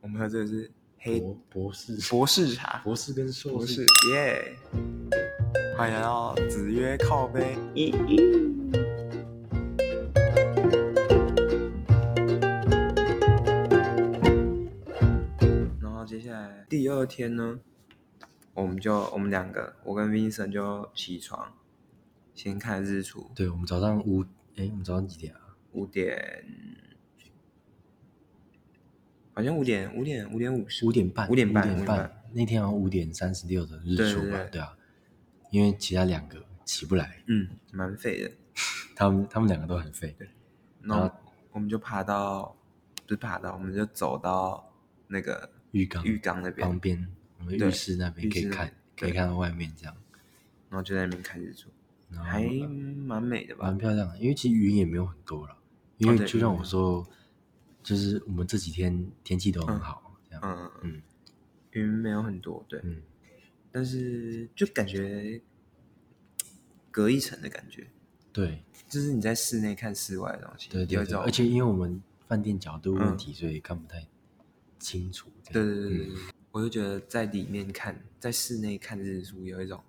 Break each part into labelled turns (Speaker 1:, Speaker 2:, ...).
Speaker 1: 我们喝这个是黑
Speaker 2: 博博士，
Speaker 1: 博士茶，
Speaker 2: 博士跟硕
Speaker 1: 博士
Speaker 2: 士，
Speaker 1: 耶！欢迎来到子曰靠杯。然后接下来第二天呢，我们就我们两个，我跟 Vincent 就起床，先看日出，
Speaker 2: 对我们早上五，哎，我们早上几点啊？
Speaker 1: 五点，好像五点五点五点五十，
Speaker 2: 五点半，
Speaker 1: 五点半
Speaker 2: 五点
Speaker 1: 五点
Speaker 2: 半。那天好像五点三十六的日
Speaker 1: 对
Speaker 2: 出
Speaker 1: 对
Speaker 2: 吧
Speaker 1: 对？
Speaker 2: 对啊，因为其他两个起不来，
Speaker 1: 嗯，蛮废的。
Speaker 2: 他们他们两个都很废。
Speaker 1: 然
Speaker 2: 然
Speaker 1: 后
Speaker 2: 后
Speaker 1: 我们就爬到，不是爬到，我们就走到那个
Speaker 2: 浴缸啊
Speaker 1: 浴缸那边，
Speaker 2: 旁边，我们
Speaker 1: 对
Speaker 2: 浴室那边
Speaker 1: 浴
Speaker 2: 可以
Speaker 1: 室那
Speaker 2: 看
Speaker 1: 边，
Speaker 2: 可以
Speaker 1: 对
Speaker 2: 看到外面这样，
Speaker 1: 然后就在那边看日出，
Speaker 2: 然后
Speaker 1: 还蛮美的吧
Speaker 2: 啊蛮？漂亮的。因为其实云也没有很多了，因
Speaker 1: 哦
Speaker 2: 为
Speaker 1: 对
Speaker 2: 就
Speaker 1: 云
Speaker 2: 像
Speaker 1: 没
Speaker 2: 我
Speaker 1: 有
Speaker 2: 说，就是我们这几天天气都很
Speaker 1: 嗯
Speaker 2: 好，这样，
Speaker 1: 嗯，
Speaker 2: 嗯
Speaker 1: 云没有很多，对，
Speaker 2: 嗯，
Speaker 1: 但是就感觉隔一层的感觉，
Speaker 2: 对
Speaker 1: 就是你在室内看室外的东西，
Speaker 2: 对
Speaker 1: 有
Speaker 2: 对
Speaker 1: 一
Speaker 2: 对，
Speaker 1: 种
Speaker 2: 而且因为我们饭店角度问
Speaker 1: 嗯
Speaker 2: 题，所以看不太清楚。这
Speaker 1: 对
Speaker 2: 样
Speaker 1: 对对对，对我就觉得在里面看，在室内看日出有一种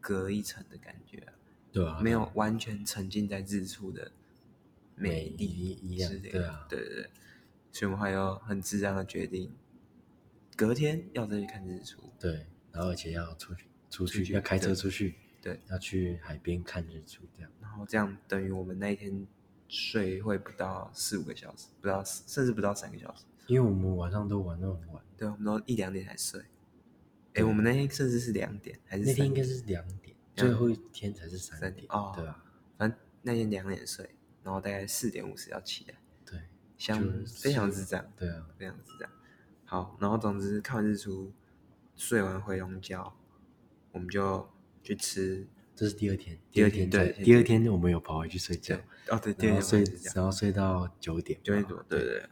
Speaker 1: 隔一层的感觉啊、
Speaker 2: 对啊，
Speaker 1: 没有完全沉浸在日出的美
Speaker 2: 美
Speaker 1: 丽
Speaker 2: 一一样
Speaker 1: 之类
Speaker 2: 对
Speaker 1: 的
Speaker 2: 啊
Speaker 1: 对对对，所以我们还有很自然的决定，隔天要再去看日出。
Speaker 2: 对，然后而且要出去出
Speaker 1: 出
Speaker 2: 去
Speaker 1: 去
Speaker 2: 要开车
Speaker 1: 对
Speaker 2: 出去，
Speaker 1: 对，
Speaker 2: 要去海边看日出这样。
Speaker 1: 然后这样等于我们那一天睡会不到四五个小时，不到甚至不到三个小时。
Speaker 2: 因为我们晚上都玩到很晚，
Speaker 1: 对，我们都一两点才睡。哎，我们那天甚至是两点还是
Speaker 2: 啊那天
Speaker 1: 三
Speaker 2: 应该
Speaker 1: 点？
Speaker 2: 是两点，最后一天才是三
Speaker 1: 三
Speaker 2: 点
Speaker 1: 点，哦
Speaker 2: 对啊吧？
Speaker 1: 反正那天两点睡，然后大概四点五十要起来，
Speaker 2: 对，
Speaker 1: 相
Speaker 2: 就是
Speaker 1: 非常之这样。
Speaker 2: 对啊，
Speaker 1: 这样子这样。好，然后总之看完日出，睡完回笼觉，我们就去吃。
Speaker 2: 这是第二天，
Speaker 1: 第二天
Speaker 2: 天在
Speaker 1: 对
Speaker 2: 第二天我们有跑回去睡觉
Speaker 1: 对，，哦对，第
Speaker 2: 然
Speaker 1: 二
Speaker 2: 后
Speaker 1: 天
Speaker 2: 睡
Speaker 1: 晚上是这样，
Speaker 2: 然后睡到九点吧，
Speaker 1: 九点多，对对对。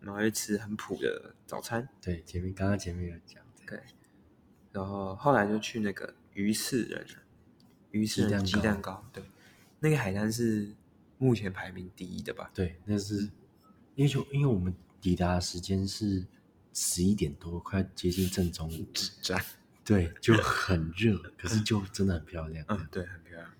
Speaker 1: 然后去吃很普的早餐，
Speaker 2: 对，前面刚刚前面有讲，
Speaker 1: 对。然后后来就去那个鱼翅人了，鱼翅人鸡
Speaker 2: 鸡蛋
Speaker 1: 蛋糕，对，那个海滩是目前排名第一的吧？
Speaker 2: 对，那是因为就因为我们抵达的时间是十一点多，快接近正中午，
Speaker 1: 这样，
Speaker 2: 对，就很热，可是就真的很漂亮，
Speaker 1: 嗯，对，很漂亮。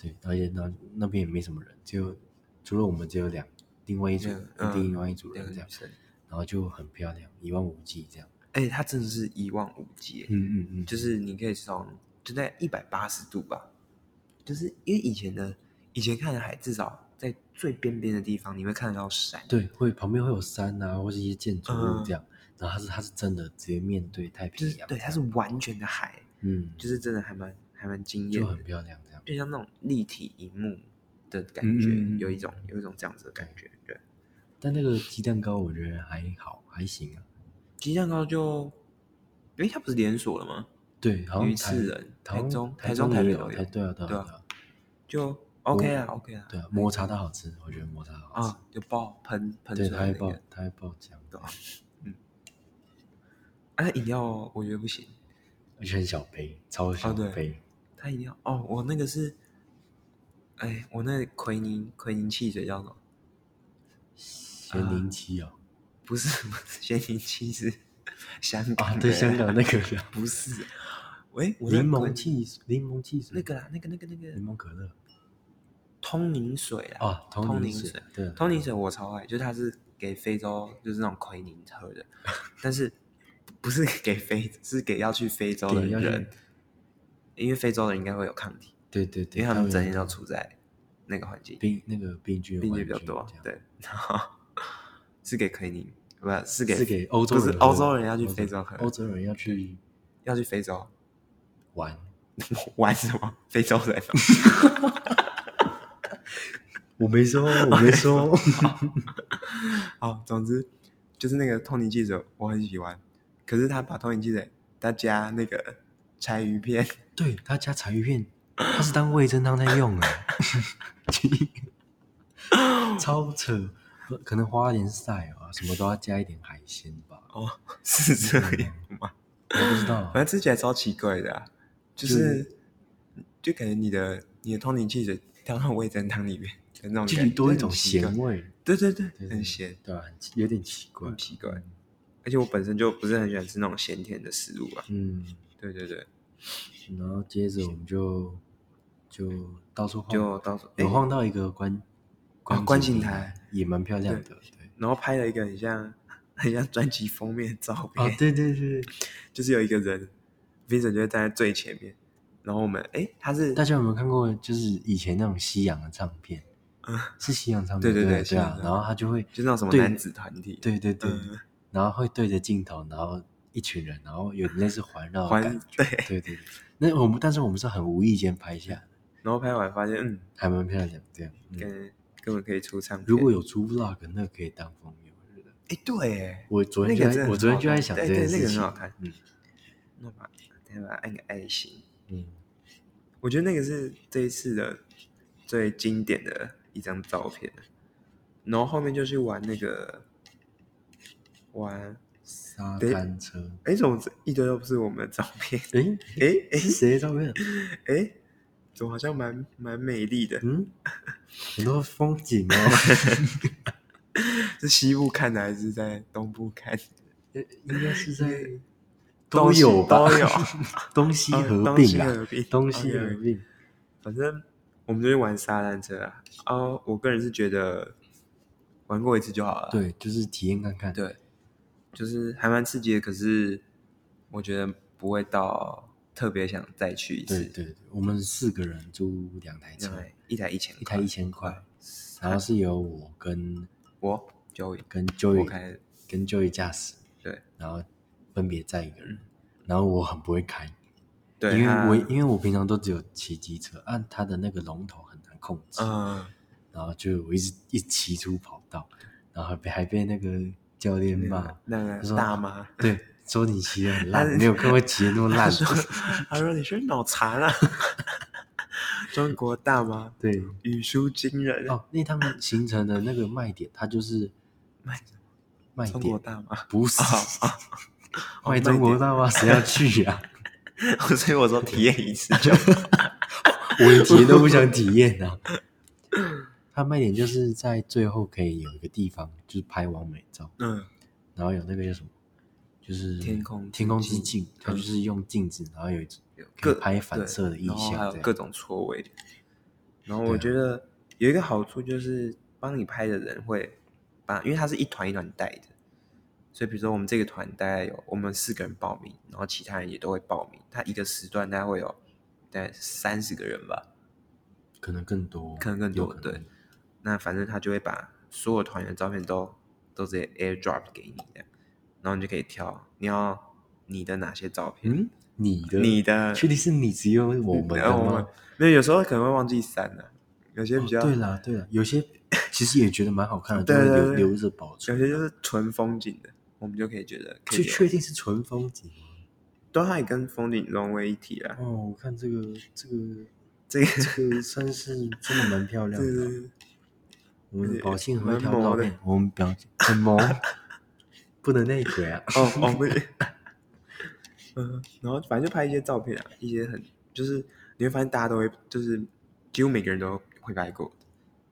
Speaker 2: 对，而且那那边也没什么人，只有除了我们只有两另外一组
Speaker 1: 两嗯
Speaker 2: 另外一组
Speaker 1: 两
Speaker 2: 人
Speaker 1: 个女
Speaker 2: 这样，
Speaker 1: 生，
Speaker 2: 然后就很漂亮，一望无际这样，
Speaker 1: 而且它真的是一望无 际耶，
Speaker 2: 嗯嗯嗯，
Speaker 1: 就是你可以从就在一百八十度吧，就是因为以前的以前看的海，至少在最边边的地方你会看得到山，
Speaker 2: 对，会旁边会有山啊，或是一些建筑物
Speaker 1: 嗯
Speaker 2: 这样，然后它是它是真的直接面对太
Speaker 1: 就
Speaker 2: 平
Speaker 1: 是
Speaker 2: 洋，
Speaker 1: 对，它是完全的海，
Speaker 2: 嗯，
Speaker 1: 就是真的还蛮还蛮惊艳
Speaker 2: 就
Speaker 1: 的
Speaker 2: 很，漂亮这样，
Speaker 1: 就像那种立体荧幕的感
Speaker 2: 嗯嗯
Speaker 1: 觉，
Speaker 2: 嗯嗯
Speaker 1: 有一种有一种这样子的感觉。对，
Speaker 2: 但那个鸡蛋糕我觉得还好，还行啊，
Speaker 1: 鸡蛋糕就，诶，它不是连锁了吗？
Speaker 2: 对，好像
Speaker 1: 鱼
Speaker 2: 台
Speaker 1: 翅人，
Speaker 2: 台
Speaker 1: 台中、
Speaker 2: 台
Speaker 1: 中、
Speaker 2: 也
Speaker 1: 台北
Speaker 2: 有，
Speaker 1: 都
Speaker 2: 台
Speaker 1: 有，
Speaker 2: 对啊对啊
Speaker 1: 对
Speaker 2: 对
Speaker 1: 啊
Speaker 2: 啊
Speaker 1: 就 OK 啊，OK 啊，
Speaker 2: 对啊，摩擦它好吃，我觉得摩擦好吃，
Speaker 1: 啊，就爆喷喷
Speaker 2: 对，
Speaker 1: 出
Speaker 2: 它
Speaker 1: 来那
Speaker 2: 会爆
Speaker 1: 个。
Speaker 2: 它会爆浆，
Speaker 1: 对啊啊，饮料我觉得不行，
Speaker 2: 而且很小杯，超小
Speaker 1: 哦对
Speaker 2: 杯，
Speaker 1: 它饮料哦，我那个是，哎，我那个奎宁奎宁汽水叫什么？
Speaker 2: 咸
Speaker 1: 啊
Speaker 2: 柠 七哦，
Speaker 1: 不是，不是咸宁汽是香港
Speaker 2: 啊，
Speaker 1: 的
Speaker 2: 对，香港那个
Speaker 1: 不是，喂， 我那
Speaker 2: 柠
Speaker 1: 奎
Speaker 2: 檬汽水嗯柠檬汽水，
Speaker 1: 那个啦，那个那个那个
Speaker 2: 柠檬可乐
Speaker 1: 通灵水啦，
Speaker 2: 啊，
Speaker 1: 通
Speaker 2: 灵
Speaker 1: 灵水，
Speaker 2: 对，啊
Speaker 1: 通灵水我超爱，就是它是给非洲就是那种奎宁喝的，但是不是给非，是给要去非洲的
Speaker 2: 给要去
Speaker 1: 人，因为非洲人应该会有抗体，
Speaker 2: 对对
Speaker 1: 因
Speaker 2: 对，
Speaker 1: 为他们整天
Speaker 2: 有
Speaker 1: 都处在那个环境。
Speaker 2: 病那个病菌
Speaker 1: 病
Speaker 2: 患
Speaker 1: 菌比较
Speaker 2: 菌
Speaker 1: 多
Speaker 2: 这，样
Speaker 1: 对， 然后是给奎宁，不是是给
Speaker 2: 是给欧洲
Speaker 1: 不
Speaker 2: 人
Speaker 1: 是
Speaker 2: 喝的，
Speaker 1: 欧洲人要去非洲喝，
Speaker 2: 欧洲人要去
Speaker 1: 要去非洲
Speaker 2: 玩，
Speaker 1: 玩什么？非洲人哦
Speaker 2: 我没说，我没 说，
Speaker 1: 好，总之就是那个通灵记者我很喜欢，可是他把通灵记者他加那个柴鱼片，
Speaker 2: 对他加柴鱼片，他是当味噌汤在用哎， 超扯，可能花莲晒啊，什么都要加一点海鲜吧，
Speaker 1: 哦，是这
Speaker 2: 嗯
Speaker 1: 样吗？
Speaker 2: 我不知道
Speaker 1: 反，正吃起来超奇怪的、啊，就是就感觉你的你的通灵记者掉到味噌汤里面的那种感
Speaker 2: 就
Speaker 1: 觉，
Speaker 2: 你多一
Speaker 1: 就
Speaker 2: 种
Speaker 1: 很奇怪
Speaker 2: 咸，味，
Speaker 1: 对对对
Speaker 2: 对，对啊
Speaker 1: 很咸，
Speaker 2: 对吧？很有点奇怪
Speaker 1: 很，奇怪。而而且我本身就不是很喜欢吃那种咸甜的食物啊。
Speaker 2: 嗯，
Speaker 1: 对对对，
Speaker 2: 然后接着我们就就到处晃，
Speaker 1: 就到时候哎
Speaker 2: 有，晃到一个观
Speaker 1: 啊观景
Speaker 2: 景
Speaker 1: 台，
Speaker 2: 也蛮漂亮的。对，
Speaker 1: 然后拍了一个很像很像专辑封面的照片，
Speaker 2: 啊，对对对，
Speaker 1: 就是有一个人，Vincent 就会站在最前面，然后我们哎他是
Speaker 2: 大家有没有看过？就是以前那种西洋的唱片，
Speaker 1: 嗯
Speaker 2: 是西洋唱片，
Speaker 1: 对对
Speaker 2: 对
Speaker 1: 对
Speaker 2: 对
Speaker 1: 西洋
Speaker 2: 啊
Speaker 1: 唱。片
Speaker 2: 然后他就会
Speaker 1: 就是那种什么
Speaker 2: 对
Speaker 1: 男子团体，
Speaker 2: 对对对，
Speaker 1: 嗯
Speaker 2: 然后会对着镜头，然后一群人，然后有点类似环绕的
Speaker 1: 环
Speaker 2: 感觉。
Speaker 1: 对，
Speaker 2: 对对对，那我们但是我们是很无意间拍下的，
Speaker 1: 然后拍完发现嗯，
Speaker 2: 还蛮漂亮的。这样，嗯、
Speaker 1: 跟根本可以出唱片。
Speaker 2: 如果有出 vlog，那可以当封面。我觉得
Speaker 1: 哎对耶，
Speaker 2: 我昨天
Speaker 1: 那个
Speaker 2: 就
Speaker 1: 真的
Speaker 2: 在，
Speaker 1: 很
Speaker 2: 我昨天就
Speaker 1: 好
Speaker 2: 在
Speaker 1: 看
Speaker 2: 想
Speaker 1: 对
Speaker 2: 这件
Speaker 1: 对那个
Speaker 2: 事
Speaker 1: 很
Speaker 2: 情。
Speaker 1: 好看
Speaker 2: 嗯
Speaker 1: 那把再把它按个爱心，
Speaker 2: 嗯，
Speaker 1: 我觉得那个是这一次的最经典的一张照片，然后后面就去玩那个玩，
Speaker 2: 沙
Speaker 1: 对
Speaker 2: 滩车。
Speaker 1: 哎怎么这一堆都不是我们的照片？
Speaker 2: 诶，
Speaker 1: 哎哎
Speaker 2: 是谁的照片？
Speaker 1: 哎，怎么好像蛮蛮美丽的？
Speaker 2: 嗯，很多风 景哦，
Speaker 1: 是西部看的还是在东部看的？
Speaker 2: 应该是在
Speaker 1: 东西
Speaker 2: 有吧，
Speaker 1: 都有 哦
Speaker 2: 东西合
Speaker 1: 东西
Speaker 2: 并
Speaker 1: 合
Speaker 2: 啊，
Speaker 1: 并，
Speaker 2: 东西
Speaker 1: OK，OK
Speaker 2: 合并，
Speaker 1: 反正我们就去玩沙滩车啊。哦，我个人是觉得玩过一次就好了。
Speaker 2: 对，就是体验看看，
Speaker 1: 对，就是还蛮刺激的，可是我觉得不会到特别想再去一次。
Speaker 2: 对对，我们四个人租两台车
Speaker 1: 因，为一台一千，
Speaker 2: 一台一千块，然后是由我跟
Speaker 1: 我就
Speaker 2: 跟
Speaker 1: 我
Speaker 2: Joey
Speaker 1: 开
Speaker 2: 跟 Joey 驾驶，
Speaker 1: 对
Speaker 2: 然后分别载一个人，然后我很不会开，
Speaker 1: 嗯对，
Speaker 2: 因为
Speaker 1: 他
Speaker 2: 我因为我平常都只有骑机车，按它的那个龙头很难控制，
Speaker 1: 嗯，
Speaker 2: 然后就我一直一直骑出跑道，然后还被还被那个教练骂，
Speaker 1: 那
Speaker 2: 他
Speaker 1: 个
Speaker 2: 说
Speaker 1: 大妈，
Speaker 2: 对，说你骑的很
Speaker 1: 他是
Speaker 2: 烂，没有看过骑 的那么
Speaker 1: 他
Speaker 2: 烂。
Speaker 1: 说 他说你是脑残啊， 中国大妈
Speaker 2: 对，
Speaker 1: 语出惊人，
Speaker 2: 哦，那他们形成的那个卖点，它就是
Speaker 1: 卖
Speaker 2: 卖
Speaker 1: 中国
Speaker 2: 点，
Speaker 1: 大妈，
Speaker 2: 不是
Speaker 1: 哦哦
Speaker 2: 卖中国大妈，谁要去啊呀、
Speaker 1: 所以我说体验一次就好。
Speaker 2: 我连体验都不想体 验啊。它卖点就是在最后可以有一个地方，就是拍完美照，
Speaker 1: 嗯，
Speaker 2: 然后有那个叫什么，就是
Speaker 1: 天空之
Speaker 2: 天空之
Speaker 1: 镜
Speaker 2: 镜，它就是用镜子，然后有一
Speaker 1: 有各
Speaker 2: 可以拍反
Speaker 1: 对
Speaker 2: 射的意
Speaker 1: 然后
Speaker 2: 象
Speaker 1: 还有
Speaker 2: 这样
Speaker 1: 各种错位。然后
Speaker 2: 对
Speaker 1: 我
Speaker 2: 啊
Speaker 1: 觉得有一个好处就是，帮你拍的人会把，因为他是一团一团带的，所以比如说我们这个团大概有我们四个人报名，然后其他人也都会报名。他一个时段大概会有大概三十个人吧，
Speaker 2: 可能更多，
Speaker 1: 可能更
Speaker 2: 有
Speaker 1: 多。
Speaker 2: 可
Speaker 1: 对
Speaker 2: 能，
Speaker 1: 那反正他就会把所有团员的照片都都直接 airdrop 给你这样，然后你就可以挑你要你的哪些照片，
Speaker 2: 嗯，你的
Speaker 1: 你的
Speaker 2: 确定是你只有我们
Speaker 1: 然
Speaker 2: 的
Speaker 1: 后我们
Speaker 2: 吗？
Speaker 1: 没有，有时候可能会忘记删了、有些比较、
Speaker 2: 哦对啦对啦，有些其实也觉得蛮好看的，
Speaker 1: 啊 对
Speaker 2: 都会
Speaker 1: 对
Speaker 2: 留
Speaker 1: 对
Speaker 2: 留着保
Speaker 1: 有
Speaker 2: 存。
Speaker 1: 些就是纯风景的，我们就可以觉得可以
Speaker 2: 确
Speaker 1: 留，
Speaker 2: 确定是纯风景吗？
Speaker 1: 对，啊它也跟风景融为一体啦。
Speaker 2: 哦，我看这个这个
Speaker 1: 这个
Speaker 2: 这个算是真的蛮漂亮
Speaker 1: 对对
Speaker 2: 的。
Speaker 1: 对，
Speaker 2: 我们宝信会
Speaker 1: 蛮
Speaker 2: 挑
Speaker 1: 萌
Speaker 2: 照
Speaker 1: 的
Speaker 2: 片，我们表很 萌，不能内鬼啊。
Speaker 1: 哦哦不是， 嗯，然后反正就拍一些照片啊，一些很就是你会发现大家都会就是几乎每个人都会拍过。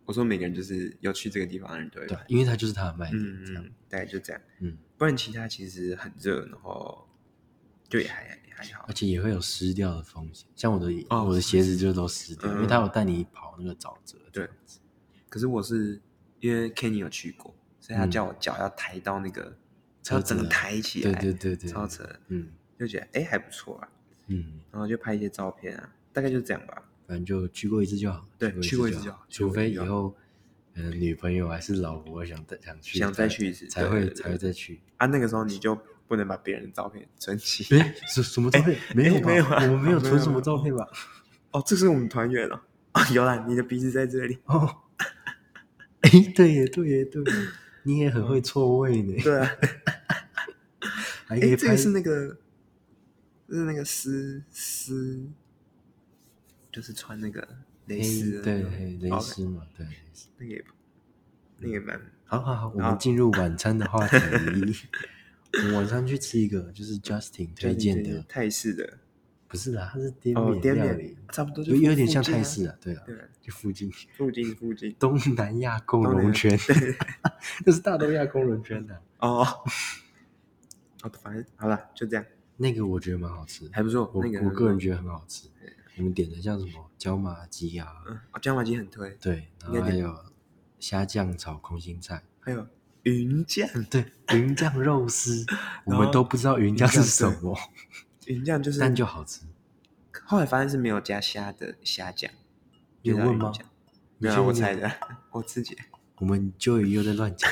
Speaker 1: 我说每个人就是有去这个地方的人都会
Speaker 2: 对
Speaker 1: 拍，，
Speaker 2: 因为它就是它的卖点，
Speaker 1: 嗯
Speaker 2: 这样。
Speaker 1: 嗯，大概就这样。
Speaker 2: 嗯，
Speaker 1: 不然其他其实很热，然后就也还还好
Speaker 2: 而。且也会有湿掉的风险，像我的
Speaker 1: 哦
Speaker 2: 我的鞋子就都湿掉，因为
Speaker 1: 嗯
Speaker 2: 它有带你跑那个沼泽。这样子，
Speaker 1: 可是我是因为 Kenny 有去过，所以他
Speaker 2: 嗯
Speaker 1: 叫我脚要抬到那个，
Speaker 2: 车
Speaker 1: 要
Speaker 2: 子
Speaker 1: 整个
Speaker 2: 啊
Speaker 1: 抬起
Speaker 2: 对
Speaker 1: 来，
Speaker 2: 对对对，
Speaker 1: 超扯的，
Speaker 2: 嗯
Speaker 1: 就觉得哎还不错啊，
Speaker 2: 嗯，
Speaker 1: 然后就拍一些照片啊，大概就这样吧。
Speaker 2: 反正就去过一次就好。
Speaker 1: 对去过一次就
Speaker 2: 就
Speaker 1: 好去
Speaker 2: 除
Speaker 1: 过一
Speaker 2: 非
Speaker 1: 次
Speaker 2: 以
Speaker 1: 就好
Speaker 2: 后，嗯，女朋友还是老婆想再想去，
Speaker 1: 想再去一次
Speaker 2: 才
Speaker 1: 对
Speaker 2: 会
Speaker 1: 对对
Speaker 2: 才会再去。
Speaker 1: 啊，那个时候你就不能把别人的照片存起。
Speaker 2: 哎，什什么照片？没有吧？
Speaker 1: 没有啊
Speaker 2: 我们没有
Speaker 1: 没
Speaker 2: 存
Speaker 1: 有
Speaker 2: 什
Speaker 1: 没
Speaker 2: 么
Speaker 1: 有
Speaker 2: 照片吧？
Speaker 1: 哦，这是我们团员哦。啊，有啦，你的鼻子在这里。
Speaker 2: 哦，哎，对耶，对耶，对耶，你也很会错位呢，
Speaker 1: 对啊，
Speaker 2: 还可
Speaker 1: 哎，
Speaker 2: 以
Speaker 1: 这
Speaker 2: 拍
Speaker 1: 个是那个，是那个丝丝，就是穿那个蕾丝的
Speaker 2: 黑，
Speaker 1: 那
Speaker 2: 对，
Speaker 1: 种，
Speaker 2: 黑蕾
Speaker 1: OK，
Speaker 2: 丝嘛，对。蕾丝
Speaker 1: 那个也不，那个也蛮
Speaker 2: 好好好，我
Speaker 1: 好
Speaker 2: 们进入晚餐的话题。 我们晚上去吃一个，就是 Justin 推荐的，
Speaker 1: 泰式的
Speaker 2: 不是啦，它是滇
Speaker 1: 哦，
Speaker 2: 缅
Speaker 1: 滇
Speaker 2: 料
Speaker 1: 缅
Speaker 2: 理，
Speaker 1: 差不多就
Speaker 2: 有有
Speaker 1: 附
Speaker 2: 点像
Speaker 1: 近啊
Speaker 2: 泰式啊，对啊，
Speaker 1: 对啊，
Speaker 2: 就附近
Speaker 1: 附近附近
Speaker 2: 东南亚共
Speaker 1: 东南
Speaker 2: 荣
Speaker 1: 亚
Speaker 2: 圈，那是大东亚共荣圈的。
Speaker 1: 哦，好，反正好了，就这样，
Speaker 2: 那个我觉得蛮好吃的，
Speaker 1: 还不错。
Speaker 2: 我
Speaker 1: 那个
Speaker 2: 我个人觉
Speaker 1: 得，
Speaker 2: 得很好吃。你们点的像什么椒麻鸡啊？
Speaker 1: 嗯，哦，椒麻鸡很推，
Speaker 2: 对，然后
Speaker 1: 应该
Speaker 2: 还
Speaker 1: 点
Speaker 2: 有虾酱炒空心菜，
Speaker 1: 还有云酱，
Speaker 2: 对，云酱 肉丝，我
Speaker 1: 然
Speaker 2: 们
Speaker 1: 后
Speaker 2: 都不知道云酱是
Speaker 1: 云
Speaker 2: 什
Speaker 1: 酱对
Speaker 2: 么，
Speaker 1: 云酱就是，
Speaker 2: 但就好吃。
Speaker 1: 后来发现是没有加虾的虾酱，
Speaker 2: 你 有
Speaker 1: 就叫
Speaker 2: 问
Speaker 1: 云
Speaker 2: 吗
Speaker 1: 酱？
Speaker 2: 你
Speaker 1: 没有啊，
Speaker 2: 确定
Speaker 1: 我
Speaker 2: 你
Speaker 1: 猜
Speaker 2: 有
Speaker 1: 的， 我自己。
Speaker 2: 我们就又在 乱讲，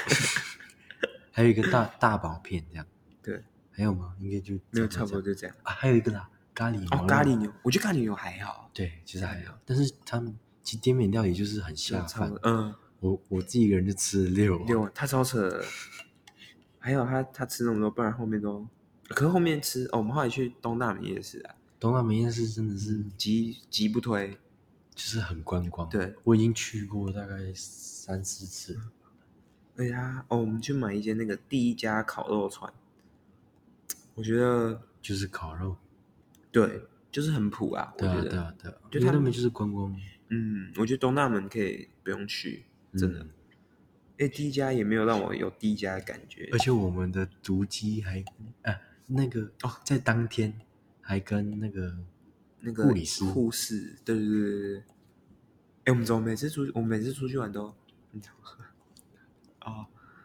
Speaker 2: 还有一个大大薄片这样，
Speaker 1: 对，
Speaker 2: 还有吗？应该就
Speaker 1: 没有，差不多
Speaker 2: 这
Speaker 1: 就
Speaker 2: 样
Speaker 1: 这样。
Speaker 2: 啊，还有一个啦，咖喱
Speaker 1: 哦，
Speaker 2: 牛
Speaker 1: 咖
Speaker 2: 肉
Speaker 1: 喱牛，我觉得咖喱牛还好，
Speaker 2: 对，其实还
Speaker 1: 还
Speaker 2: 好
Speaker 1: 好，
Speaker 2: 但是他们其实滇缅料理就是很
Speaker 1: 就
Speaker 2: 下
Speaker 1: 嗯差
Speaker 2: 饭
Speaker 1: 不多。，嗯，
Speaker 2: 我我自己一个人就吃了六碗，
Speaker 1: 六，他超扯的。还有他他吃那么多，不然后面都，可是后面吃，哦，我们后来去东大门夜市啊，
Speaker 2: 东南门夜市真的是
Speaker 1: 急急不推，
Speaker 2: 就是很观光。
Speaker 1: 嗯对，嗯
Speaker 2: 我已经去过大概三四次，
Speaker 1: 而且他哦，我们去买一间那个第一家烤肉串，我觉得
Speaker 2: 就是烤肉。
Speaker 1: 对，就是很普啊，我
Speaker 2: 对啊
Speaker 1: 觉，
Speaker 2: 对
Speaker 1: 得，
Speaker 2: 啊，对啊，
Speaker 1: 就
Speaker 2: 因为
Speaker 1: 他
Speaker 2: 他
Speaker 1: 们
Speaker 2: 们就是观光，
Speaker 1: 嗯，我觉得东大门可以不用去，真的
Speaker 2: 嗯。
Speaker 1: 哎、第一家也没有让我有第一家的感觉，
Speaker 2: 而且我们的毒鸡还啊，那个哦，在当天还跟那个
Speaker 1: 那个
Speaker 2: 护理师
Speaker 1: 护士，对对对对对。哎，我们怎么每次出我们每次出去玩都，嗯，哦，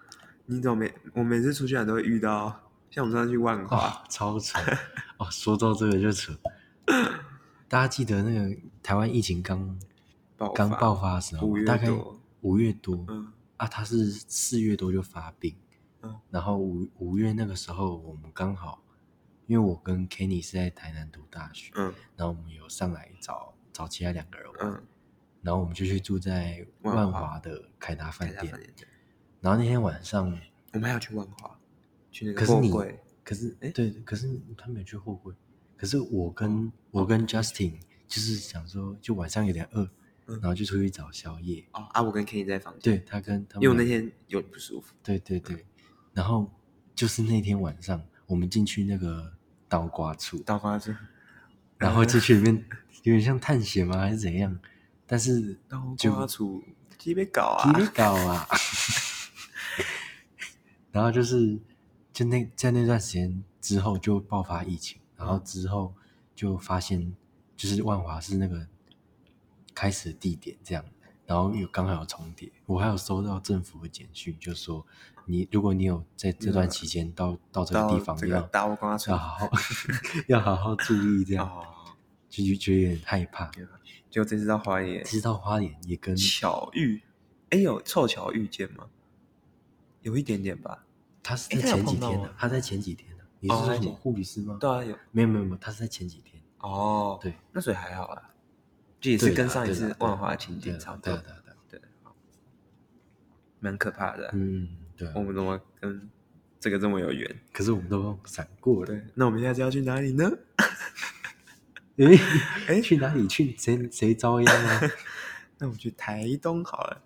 Speaker 1: 你怎么每我每次出去玩都会遇到，像我们上次去万华，
Speaker 2: 哇，超扯哦！说到这个就扯，大家记得那个台湾疫情刚
Speaker 1: 爆
Speaker 2: 刚
Speaker 1: 发
Speaker 2: 爆发的时候
Speaker 1: 五
Speaker 2: 吗，
Speaker 1: 月
Speaker 2: 大概
Speaker 1: 多
Speaker 2: 五月多
Speaker 1: 嗯
Speaker 2: 啊，他是四月多就发病
Speaker 1: 嗯，
Speaker 2: 然后五五月那个时候我们刚好，因为我跟 Kenny 是在台南读大学，
Speaker 1: 嗯
Speaker 2: 然后我们有上来找找其他两个人玩，
Speaker 1: 嗯，
Speaker 2: 然后我们就去住在
Speaker 1: 万
Speaker 2: 万
Speaker 1: 华
Speaker 2: 华的凯达
Speaker 1: 开
Speaker 2: 饭
Speaker 1: 家
Speaker 2: 店
Speaker 1: 饭，店对，
Speaker 2: 然后那天晚上，
Speaker 1: 我们还要去万华，去那
Speaker 2: 可
Speaker 1: 个
Speaker 2: 是
Speaker 1: 货
Speaker 2: 你
Speaker 1: 柜，，
Speaker 2: 可是
Speaker 1: 诶
Speaker 2: 对，可是他没有去货柜，可是我跟、
Speaker 1: 哦
Speaker 2: 我跟 Justin 就是想说，就晚上有点饿，
Speaker 1: 嗯
Speaker 2: 然后就出去找宵夜。
Speaker 1: 哦啊，我跟 Kenny 在房间，
Speaker 2: 对他跟他
Speaker 1: 因
Speaker 2: 们
Speaker 1: 为我那
Speaker 2: 两个
Speaker 1: 天有不舒服，
Speaker 2: 对对对，然后就是那天晚上，我们进去那个倒挂处，
Speaker 1: 到花是
Speaker 2: 然后进去 里面有点像探险吗，还是怎样？但是
Speaker 1: 到
Speaker 2: 就
Speaker 1: 花厨，鸡被搞啊
Speaker 2: 皮，皮搞啊。然后就是，就那在那段时间之后就爆发疫情，然后之后就发现就是万华是那个开始的地点这样，然后有刚好有重叠，我还有收到政府的简讯，就说你如果你有在这段期间到到这个
Speaker 1: 到
Speaker 2: 地方啊
Speaker 1: 这个
Speaker 2: 要
Speaker 1: 到花厨
Speaker 2: 要好好 要好好注意这样，
Speaker 1: 哦，
Speaker 2: 就就就有点害怕。
Speaker 1: 就这次到花莲。
Speaker 2: 知道花莲也跟
Speaker 1: 巧遇，哎、有凑巧遇见吗？有一点点吧。
Speaker 2: 他是
Speaker 1: 诶他
Speaker 2: 在
Speaker 1: 有
Speaker 2: 前几
Speaker 1: 碰到
Speaker 2: 天
Speaker 1: 我
Speaker 2: 的、他在前几天的、你是
Speaker 1: 哦
Speaker 2: 说
Speaker 1: 他
Speaker 2: 什么
Speaker 1: 前
Speaker 2: 护理师吗？
Speaker 1: 对啊，有
Speaker 2: 没有没有没有，他是在前几天，
Speaker 1: 哦，
Speaker 2: 对，
Speaker 1: 那所以还好啦，这也
Speaker 2: 对
Speaker 1: 是
Speaker 2: 啦
Speaker 1: 跟上一
Speaker 2: 对啦
Speaker 1: 次
Speaker 2: 对
Speaker 1: 万
Speaker 2: 啦
Speaker 1: 华情
Speaker 2: 对
Speaker 1: 景
Speaker 2: 啦
Speaker 1: 差不
Speaker 2: 对
Speaker 1: 多
Speaker 2: 啦，对啦对啦
Speaker 1: 对，好蛮可怕的啊、
Speaker 2: 嗯，对啊
Speaker 1: 我。们怎么跟这个这么有缘？
Speaker 2: 可是我们都闪过了，
Speaker 1: 对，那我们下次要去哪里呢？
Speaker 2: 诶
Speaker 1: 诶
Speaker 2: 去哪里去？谁谁遭殃啊？
Speaker 1: 那我们去台东好了。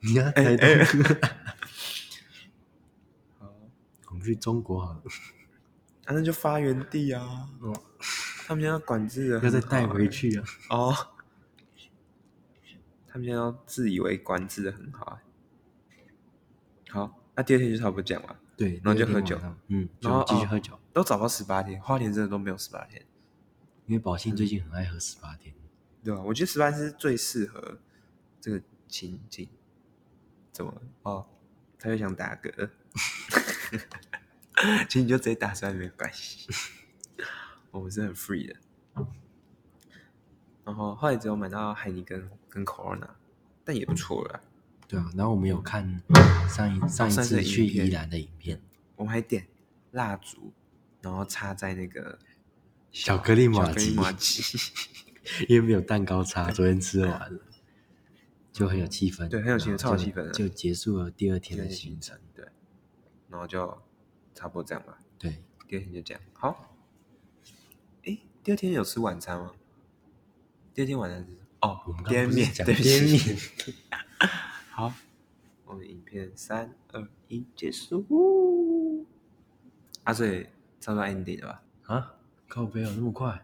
Speaker 2: 你看
Speaker 1: 诶
Speaker 2: 台东，
Speaker 1: 好，
Speaker 2: 我们去中国好了，
Speaker 1: 啊、那就发源地啊，
Speaker 2: 哦，
Speaker 1: 他们现在管制的
Speaker 2: 要再带回去啊。
Speaker 1: 哦。 他们现在要自以为管制的很好、欸。好，那第二天就差不多讲完。
Speaker 2: 对，
Speaker 1: 然后就
Speaker 2: 那天
Speaker 1: 喝
Speaker 2: 晚
Speaker 1: 酒
Speaker 2: 上，嗯，
Speaker 1: 然后
Speaker 2: 就继续
Speaker 1: 哦
Speaker 2: 喝酒，
Speaker 1: 都找到十八天，花莲真的都没有十八天，
Speaker 2: 因为宝信
Speaker 1: 嗯
Speaker 2: 最近很爱喝十八天，
Speaker 1: 对吧？我觉得十八天是最适合这个情境。怎么了？哦，他就想打嗝， 其实你就直接打出来没有关系，我们是很 free 的。然后后来只有买到海尼根跟 Corona，但也不错啦。
Speaker 2: 对啊。然后我们有看上一上一
Speaker 1: 哦上一次
Speaker 2: 次
Speaker 1: 的
Speaker 2: 去
Speaker 1: 影片
Speaker 2: 宜兰的影片，
Speaker 1: 我们还点蜡烛，然后插在那个
Speaker 2: 巧克力玛
Speaker 1: 巧克力
Speaker 2: 吉
Speaker 1: 玛吉
Speaker 2: 因为没有蛋糕差，昨天吃完了，就很有气氛，
Speaker 1: 对很有气氛
Speaker 2: 然后
Speaker 1: 超有
Speaker 2: 就
Speaker 1: 气氛的啊
Speaker 2: 就结束了第二天
Speaker 1: 今
Speaker 2: 的
Speaker 1: 天
Speaker 2: 行
Speaker 1: 行
Speaker 2: 程
Speaker 1: 程，，对，然后就差不多这样吧。
Speaker 2: 对，
Speaker 1: 第二天就这样。好，诶，第二天有吃晚餐吗？第二天晚餐是什么
Speaker 2: 我
Speaker 1: 哦
Speaker 2: 们，刚刚
Speaker 1: 滇
Speaker 2: 不是
Speaker 1: 面，
Speaker 2: 讲
Speaker 1: 对不起
Speaker 2: 滇面。
Speaker 1: 好，我们影片三二一结束。啊，所以差不多 ending 了吧？
Speaker 2: 啊，靠背有那么快？